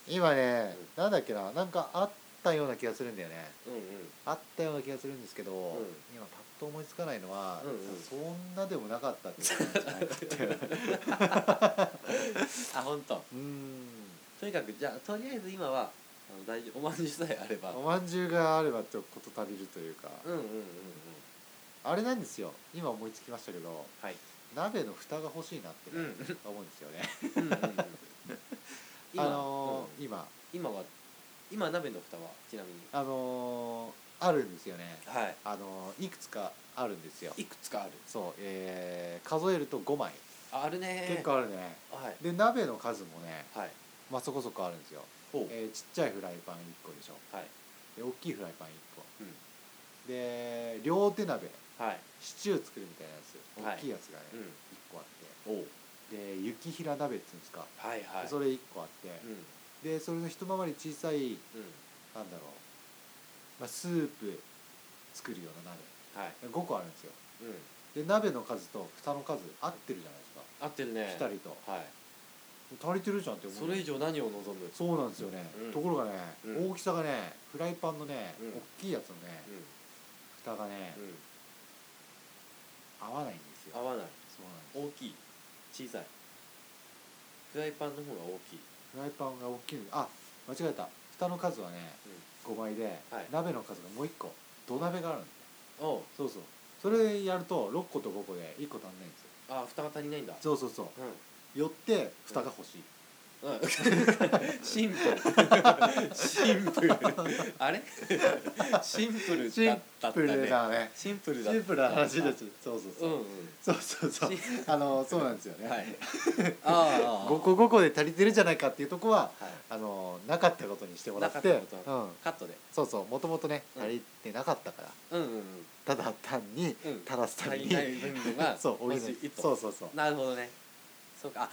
[SPEAKER 2] 今ね、なんだっけななんかあったような気がするんだよね
[SPEAKER 3] うんうん
[SPEAKER 2] あったような気がするんですけど、
[SPEAKER 3] ん
[SPEAKER 2] 今パッと思いつかないのは、
[SPEAKER 3] うんうん
[SPEAKER 2] そんなでもなかったってことなんじゃない
[SPEAKER 3] *laughs*
[SPEAKER 2] かっていう
[SPEAKER 3] あ本当
[SPEAKER 2] うーん
[SPEAKER 3] とにかくじゃあとりあえず今はあの大丈夫おまんじゅうさえあれば
[SPEAKER 2] おまんじゅうがあればちょっとこと足りるというか、
[SPEAKER 3] うんうんうんうん
[SPEAKER 2] あれなんですよ今思いつきましたけど
[SPEAKER 3] はい
[SPEAKER 2] 鍋の蓋が欲しいなって、ね思うんですよね
[SPEAKER 3] うんうんうん
[SPEAKER 2] あ
[SPEAKER 3] 今
[SPEAKER 2] のー
[SPEAKER 3] うん
[SPEAKER 2] 今
[SPEAKER 3] 今は今鍋の蓋はちなみに
[SPEAKER 2] あのーあるんですよね
[SPEAKER 3] は
[SPEAKER 2] あのーいくつかあるんですよ
[SPEAKER 3] いいくつかある
[SPEAKER 2] そう、えー数えると5枚
[SPEAKER 3] ああるね
[SPEAKER 2] 結構あるね
[SPEAKER 3] はい
[SPEAKER 2] で鍋の数もね、
[SPEAKER 3] はい
[SPEAKER 2] まあ、そこそこあるんですよ、
[SPEAKER 3] ほう
[SPEAKER 2] えーちっちゃいフライパン1個でしょ
[SPEAKER 3] はい
[SPEAKER 2] で大きいフライパン1個
[SPEAKER 3] うん
[SPEAKER 2] で両手鍋
[SPEAKER 3] はい
[SPEAKER 2] シチュー作るみたいなやつ
[SPEAKER 3] はい
[SPEAKER 2] 大きいやつがね、
[SPEAKER 3] うん
[SPEAKER 2] 1個あって
[SPEAKER 3] おう
[SPEAKER 2] で雪平鍋っていうんですか、
[SPEAKER 3] はいはい
[SPEAKER 2] それ1個あって、
[SPEAKER 3] うん
[SPEAKER 2] でそれの一回り小さい
[SPEAKER 3] うん
[SPEAKER 2] なんだろう、まあ、スープ作るような
[SPEAKER 3] はい
[SPEAKER 2] 鍋5個あるんですよ
[SPEAKER 3] う
[SPEAKER 2] で
[SPEAKER 3] ん
[SPEAKER 2] 鍋の数と蓋の数合ってるじゃないですか
[SPEAKER 3] 合ってるね
[SPEAKER 2] 2人と
[SPEAKER 3] はい
[SPEAKER 2] 足りてるじゃんって思う
[SPEAKER 3] それ以上何を望む
[SPEAKER 2] そうなんですよね、
[SPEAKER 3] うん
[SPEAKER 2] ところがね、
[SPEAKER 3] うん
[SPEAKER 2] 大きさがねフライパンのね、
[SPEAKER 3] うん
[SPEAKER 2] 大きいやつのね
[SPEAKER 3] うん
[SPEAKER 2] 蓋がね、
[SPEAKER 3] うん
[SPEAKER 2] 合わないんですよ
[SPEAKER 3] 合わない
[SPEAKER 2] そうなんです
[SPEAKER 3] 大きい小さいフライパンの方が大きい
[SPEAKER 2] フライパンが大きいんであ間違えた蓋の数はね、5倍で、
[SPEAKER 3] はい
[SPEAKER 2] 鍋の数がもう1個土鍋があるんです
[SPEAKER 3] おう
[SPEAKER 2] そうそうそれやると6個と5個で1個足んないんですよ
[SPEAKER 3] あ蓋が足りないんだ
[SPEAKER 2] そうそうそう
[SPEAKER 3] う
[SPEAKER 2] よって蓋が欲しい、
[SPEAKER 3] んうん *laughs* シンプルシンプルあれシンプルだったった
[SPEAKER 2] プレ
[SPEAKER 3] ね
[SPEAKER 2] だね
[SPEAKER 3] シンプルだった
[SPEAKER 2] シンプルな話ですそうそう
[SPEAKER 3] う
[SPEAKER 2] そ
[SPEAKER 3] ん
[SPEAKER 2] う、
[SPEAKER 3] うん
[SPEAKER 2] そうそうそう
[SPEAKER 3] シン
[SPEAKER 2] あのそうなんですよね、
[SPEAKER 3] はいああああ
[SPEAKER 2] 5個5個で足りてるじゃないかっていうとこは
[SPEAKER 3] はい
[SPEAKER 2] あのなかったことにしてもらって
[SPEAKER 3] なかったこと
[SPEAKER 2] うん、
[SPEAKER 3] カットで
[SPEAKER 2] そうそうもともとね
[SPEAKER 3] うん
[SPEAKER 2] 足りてなかったから、
[SPEAKER 3] うんうんうん
[SPEAKER 2] ただ単に
[SPEAKER 3] うん
[SPEAKER 2] ただすため
[SPEAKER 3] 足
[SPEAKER 2] に、
[SPEAKER 3] りない部分
[SPEAKER 2] *laughs*
[SPEAKER 3] が
[SPEAKER 2] そう補
[SPEAKER 3] ま
[SPEAKER 2] い
[SPEAKER 3] ず一
[SPEAKER 2] そ
[SPEAKER 3] 歩
[SPEAKER 2] うそうそう
[SPEAKER 3] なるほどねそうかあ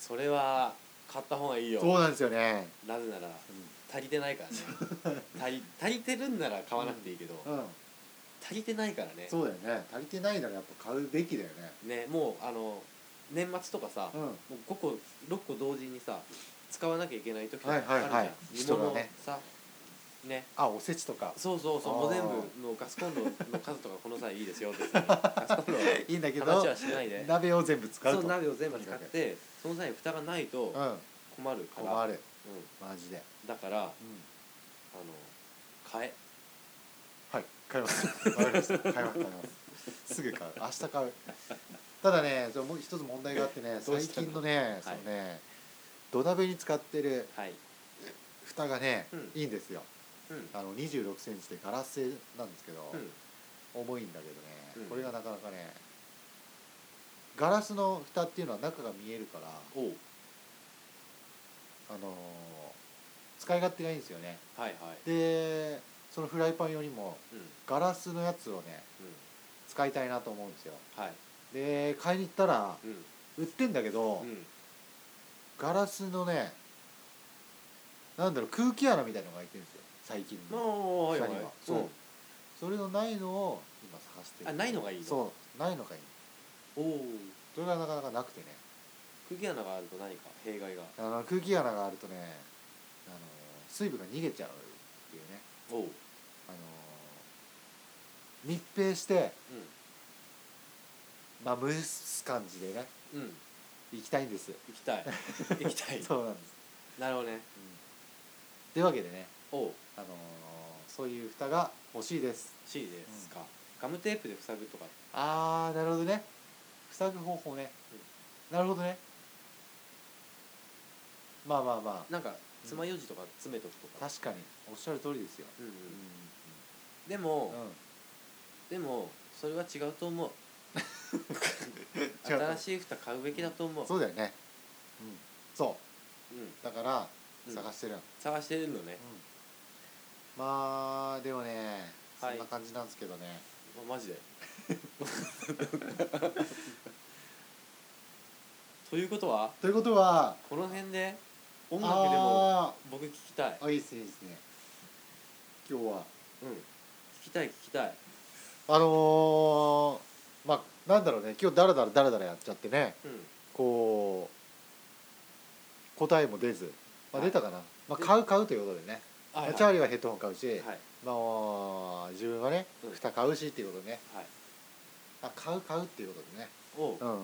[SPEAKER 3] それは買った方がいいよ
[SPEAKER 2] そうなんですよね、
[SPEAKER 3] なぜなら足りてないからね
[SPEAKER 2] *laughs*
[SPEAKER 3] 足り足りてるんなら買わなくていいけど、
[SPEAKER 2] うんうん、
[SPEAKER 3] 足りてないからね
[SPEAKER 2] そうだよね足りてないならやっぱ買うべきだよね
[SPEAKER 3] ねもうあの年末とかさ、
[SPEAKER 2] うん
[SPEAKER 3] もう5個6個同時にさ使わなきゃいけない時とかあ
[SPEAKER 2] は
[SPEAKER 3] る
[SPEAKER 2] い
[SPEAKER 3] じゃ
[SPEAKER 2] はいは
[SPEAKER 3] ん、
[SPEAKER 2] い
[SPEAKER 3] 煮
[SPEAKER 2] 人
[SPEAKER 3] 物
[SPEAKER 2] がね
[SPEAKER 3] さね
[SPEAKER 2] あおせちとか
[SPEAKER 3] そうそうそう
[SPEAKER 2] あー
[SPEAKER 3] もう全部のガスコンロの数とかこの際いいですよ
[SPEAKER 2] *laughs*
[SPEAKER 3] 別にガスコンロ
[SPEAKER 2] いいんだけ
[SPEAKER 3] は話
[SPEAKER 2] ど
[SPEAKER 3] はしないで
[SPEAKER 2] 鍋を全部使う
[SPEAKER 3] そ
[SPEAKER 2] と
[SPEAKER 3] う鍋を全部使ってその際蓋がないと
[SPEAKER 2] うん
[SPEAKER 3] 困るから、
[SPEAKER 2] 困る
[SPEAKER 3] う
[SPEAKER 2] マジで、
[SPEAKER 3] ん、だからあの
[SPEAKER 2] うん、
[SPEAKER 3] 買え
[SPEAKER 2] はい買いますわかりました買います買いますすぐ買う明日買うただねそうもう一つ問題があってね
[SPEAKER 3] どう
[SPEAKER 2] 最
[SPEAKER 3] したの
[SPEAKER 2] 近のねそのね、土鍋に使ってる
[SPEAKER 3] はい、
[SPEAKER 2] 蓋がね、
[SPEAKER 3] うん
[SPEAKER 2] いいんですよ
[SPEAKER 3] うん
[SPEAKER 2] あの2 6センチでガラス製なんですけど、
[SPEAKER 3] うん、
[SPEAKER 2] 重いんだけどね、
[SPEAKER 3] うん
[SPEAKER 2] これがなかなかねガラスの蓋っていうのは中が見えるから
[SPEAKER 3] おう
[SPEAKER 2] あのー使い勝手がいいんですよね
[SPEAKER 3] はいはい
[SPEAKER 2] でそのフライパン用にも
[SPEAKER 3] うんうん
[SPEAKER 2] ガラスのやつをね使いたいなと思うんですよ
[SPEAKER 3] はい
[SPEAKER 2] で買いに行ったら
[SPEAKER 3] うん
[SPEAKER 2] 売ってんだけど、
[SPEAKER 3] うん
[SPEAKER 2] ガラスのねなんだろう空気穴みたいのが開いてるんですよ最近
[SPEAKER 3] まあ
[SPEAKER 2] の
[SPEAKER 3] はいはい
[SPEAKER 2] 下にはそう、それのないのを今探してる
[SPEAKER 3] あないのがいいの
[SPEAKER 2] そうないのがいい
[SPEAKER 3] おおう
[SPEAKER 2] それがなかなかなくてね
[SPEAKER 3] 空気穴があると何か弊害が
[SPEAKER 2] あの空気穴があるとねあの水分が逃げちゃうっていうね
[SPEAKER 3] おう
[SPEAKER 2] あの密閉して、まあ、蒸す感じでね
[SPEAKER 3] うんうん
[SPEAKER 2] いきたいんです
[SPEAKER 3] 行きたい行きたい
[SPEAKER 2] そうなんです、
[SPEAKER 3] なるほどね
[SPEAKER 2] うん、というわけでね
[SPEAKER 3] おう
[SPEAKER 2] あのーそういう蓋が欲しいです
[SPEAKER 3] C ですか、ガムテープで塞ぐとか
[SPEAKER 2] あーなるほどね塞ぐ方法ね、なるほどねまあまあま
[SPEAKER 3] なんか爪楊枝とか詰めとくと
[SPEAKER 2] あ
[SPEAKER 3] か、
[SPEAKER 2] 確かにおっしゃる通りですよ
[SPEAKER 3] うんう
[SPEAKER 2] う
[SPEAKER 3] んでも、
[SPEAKER 2] ん、うん、
[SPEAKER 3] でもそれは違うと思う
[SPEAKER 2] 違うと
[SPEAKER 3] 新しい蓋買うべきだと思う
[SPEAKER 2] そうだよね、うん、そう
[SPEAKER 3] うん、
[SPEAKER 2] だから
[SPEAKER 3] うん
[SPEAKER 2] 探してるの、
[SPEAKER 3] 探してるのね
[SPEAKER 2] うんまあでもねそ
[SPEAKER 3] はい
[SPEAKER 2] んな感じなんですけどね、
[SPEAKER 3] あマジで *laughs* ということは
[SPEAKER 2] ということは
[SPEAKER 3] この辺で音楽でも僕聞きたい
[SPEAKER 2] あ、ーあいいですねいいですね今日は
[SPEAKER 3] うん、聞きたい聞きたい
[SPEAKER 2] あのー、まあなんだろうね今日ダラダラダラダラやっちゃってね
[SPEAKER 3] うん
[SPEAKER 2] こう答えも出ず、まあ、
[SPEAKER 3] はい
[SPEAKER 2] 出たかな、まあ、
[SPEAKER 3] で
[SPEAKER 2] 買う買うということでね、
[SPEAKER 3] はい
[SPEAKER 2] チャ
[SPEAKER 3] は
[SPEAKER 2] ーリーはヘッドホン買うし、
[SPEAKER 3] いはい
[SPEAKER 2] まあ自分はね
[SPEAKER 3] うん
[SPEAKER 2] 蓋買うしっていうことでね
[SPEAKER 3] はい
[SPEAKER 2] あ買う買うっていうことでね
[SPEAKER 3] おう
[SPEAKER 2] うんうんうん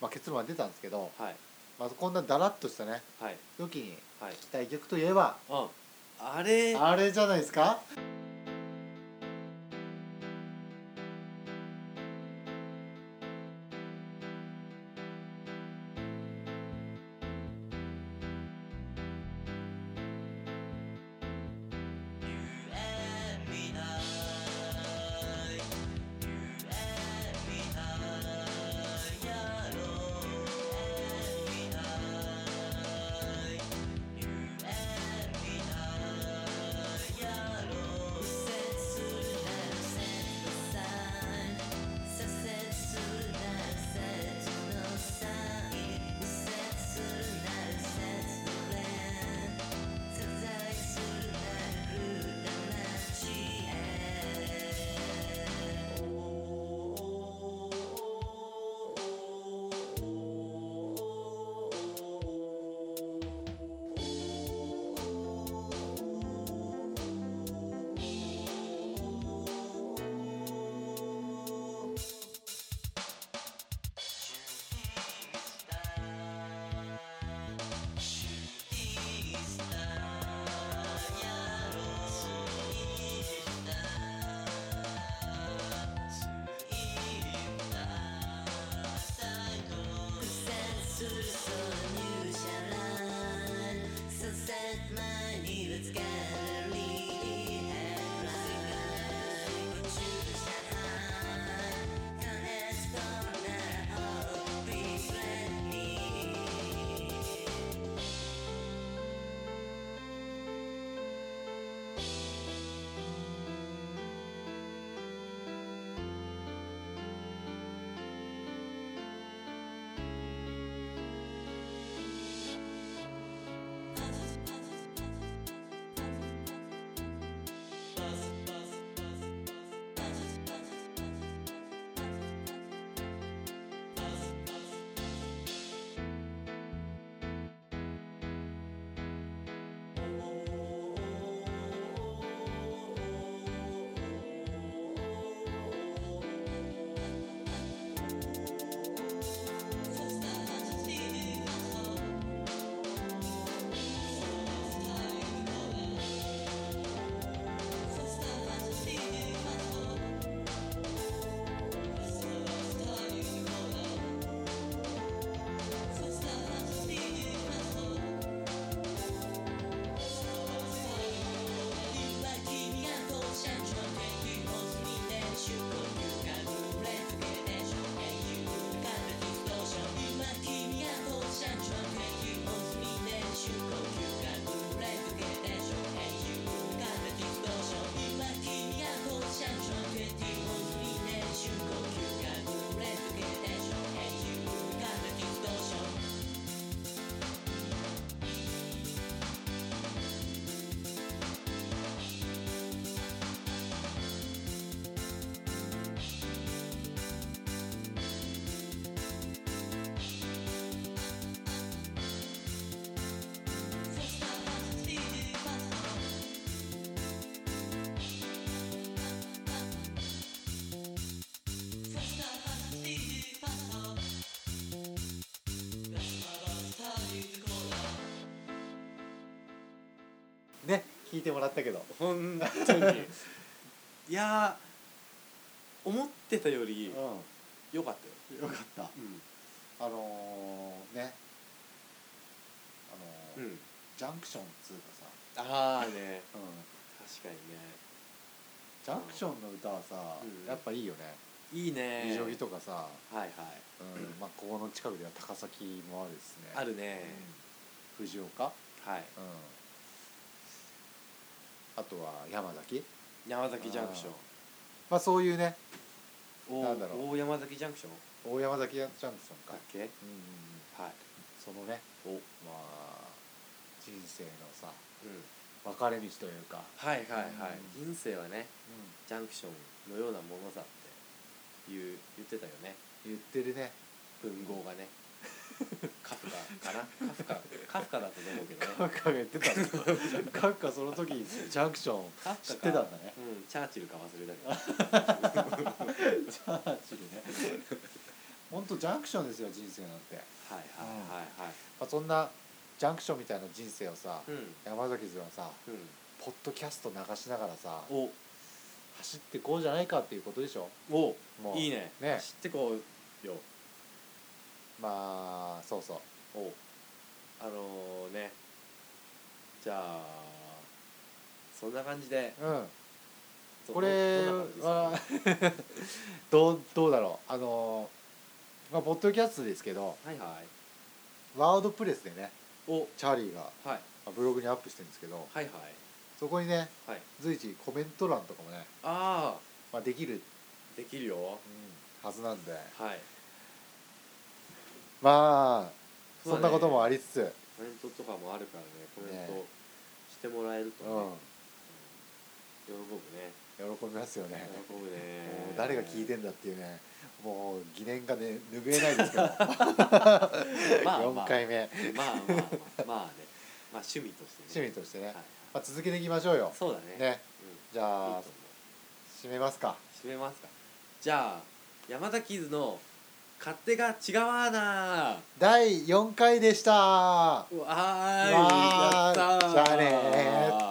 [SPEAKER 2] まあ、結論は出たんですけど、
[SPEAKER 3] はい
[SPEAKER 2] まあ、こんなだらっとしたね
[SPEAKER 3] はい
[SPEAKER 2] 時に
[SPEAKER 3] はい
[SPEAKER 2] 聞きたい曲といえば
[SPEAKER 3] うんあれ
[SPEAKER 2] あれじゃないですか
[SPEAKER 4] 「夢見ないやろう」
[SPEAKER 2] ね聞いてもらったけど、
[SPEAKER 3] 本当に
[SPEAKER 2] *laughs*
[SPEAKER 3] いやー思ってたよ
[SPEAKER 2] うん、
[SPEAKER 3] り
[SPEAKER 2] よ
[SPEAKER 3] 良かったよ、
[SPEAKER 2] かったあのー、ねあのー
[SPEAKER 3] うん、うん、
[SPEAKER 2] ジャンクションっつうかさ、
[SPEAKER 3] ああね
[SPEAKER 2] うん、
[SPEAKER 3] 確かにね
[SPEAKER 2] ジャンクションの歌はさ、
[SPEAKER 3] うん
[SPEAKER 2] やっぱいいよね
[SPEAKER 3] いいね
[SPEAKER 2] 二条木とかさ、
[SPEAKER 3] はいはい
[SPEAKER 2] うんまあ、ここの近くでは高崎もあるですね
[SPEAKER 3] あ
[SPEAKER 2] る、
[SPEAKER 3] るね、
[SPEAKER 2] うん、藤岡、
[SPEAKER 3] はい
[SPEAKER 2] うん、あとは山崎、
[SPEAKER 3] 山崎ジャンクション
[SPEAKER 2] まあ、そういうね
[SPEAKER 3] お
[SPEAKER 2] なんだろう
[SPEAKER 3] 大山崎ジャンクション
[SPEAKER 2] 大山崎ジャンクションか
[SPEAKER 3] だっ、け
[SPEAKER 2] うんうんうん、
[SPEAKER 3] はい
[SPEAKER 2] そのね
[SPEAKER 3] お、うん、
[SPEAKER 2] まあ人生のさ分かれ道というか、
[SPEAKER 3] はいはいはい、
[SPEAKER 2] う
[SPEAKER 3] 人生はねジャンクションのようなものだっていう言ってたよね
[SPEAKER 2] 言ってるね
[SPEAKER 3] 文豪がねカフカかなカフカカフカだったと思うけどね
[SPEAKER 2] カッカが言ってたんだカッカその時ジャンクション
[SPEAKER 3] カフカか
[SPEAKER 2] 知ってたんだね
[SPEAKER 3] うんチャーチルか忘れたけ
[SPEAKER 2] チャーチルね本当ジャンクションですよ人生なんて、
[SPEAKER 3] ど *laughs* はいはいはいはい
[SPEAKER 2] まあ、そんなジャンクションみたいな人生をさ、
[SPEAKER 3] うん
[SPEAKER 2] 山崎図はさ
[SPEAKER 3] うん
[SPEAKER 2] ポッドキャスト流しながらさ
[SPEAKER 3] お
[SPEAKER 2] 走ってこうじゃないかっていうことでしょ
[SPEAKER 3] お
[SPEAKER 2] もう
[SPEAKER 3] いいね
[SPEAKER 2] ね
[SPEAKER 3] 知ってこうよ
[SPEAKER 2] まあそうそう
[SPEAKER 3] おあのねじゃあそんな感じで
[SPEAKER 2] うん、
[SPEAKER 3] そ
[SPEAKER 2] これ
[SPEAKER 3] どんな感じですか
[SPEAKER 2] は *laughs* どうどうだろうあのーまあポッドキャストですけど
[SPEAKER 3] はいはい
[SPEAKER 2] ワードプレスでね
[SPEAKER 3] おはい
[SPEAKER 2] チャーリーがま
[SPEAKER 3] はい
[SPEAKER 2] あブログにアップしてるんですけど
[SPEAKER 3] はい
[SPEAKER 2] そこにね
[SPEAKER 3] はい
[SPEAKER 2] 随時コメント欄とかもね、
[SPEAKER 3] ああ
[SPEAKER 2] まあ、できる、
[SPEAKER 3] できるよ
[SPEAKER 2] はずなんで
[SPEAKER 3] はい
[SPEAKER 2] まあ
[SPEAKER 3] そうだね
[SPEAKER 2] そんなこともありつつ、
[SPEAKER 3] コメントとかもあるからねコメン
[SPEAKER 2] ね
[SPEAKER 3] トしてもらえるとね
[SPEAKER 2] う
[SPEAKER 3] 喜ぶね
[SPEAKER 2] ん、喜びますよね。
[SPEAKER 3] 喜ぶ
[SPEAKER 2] も
[SPEAKER 3] ね
[SPEAKER 2] う誰が聞いてんだっていうねもう疑念がね拭えないです
[SPEAKER 3] *laughs*
[SPEAKER 2] けど
[SPEAKER 3] まあまあ
[SPEAKER 2] 4回目
[SPEAKER 3] まあまあまあまあねまあ趣味として
[SPEAKER 2] 趣
[SPEAKER 3] ね
[SPEAKER 2] 味としてね
[SPEAKER 3] は、
[SPEAKER 2] まあ、続けていきましょうよ
[SPEAKER 3] い、そうだね
[SPEAKER 2] ね
[SPEAKER 3] うん
[SPEAKER 2] じゃあ
[SPEAKER 3] いいと思う
[SPEAKER 2] 締めますか
[SPEAKER 3] 締めますかじゃあ山田キーズの「勝手が違わな
[SPEAKER 2] 第4回でした
[SPEAKER 3] ー」わーい
[SPEAKER 2] わーい
[SPEAKER 3] やったー
[SPEAKER 2] じゃあねー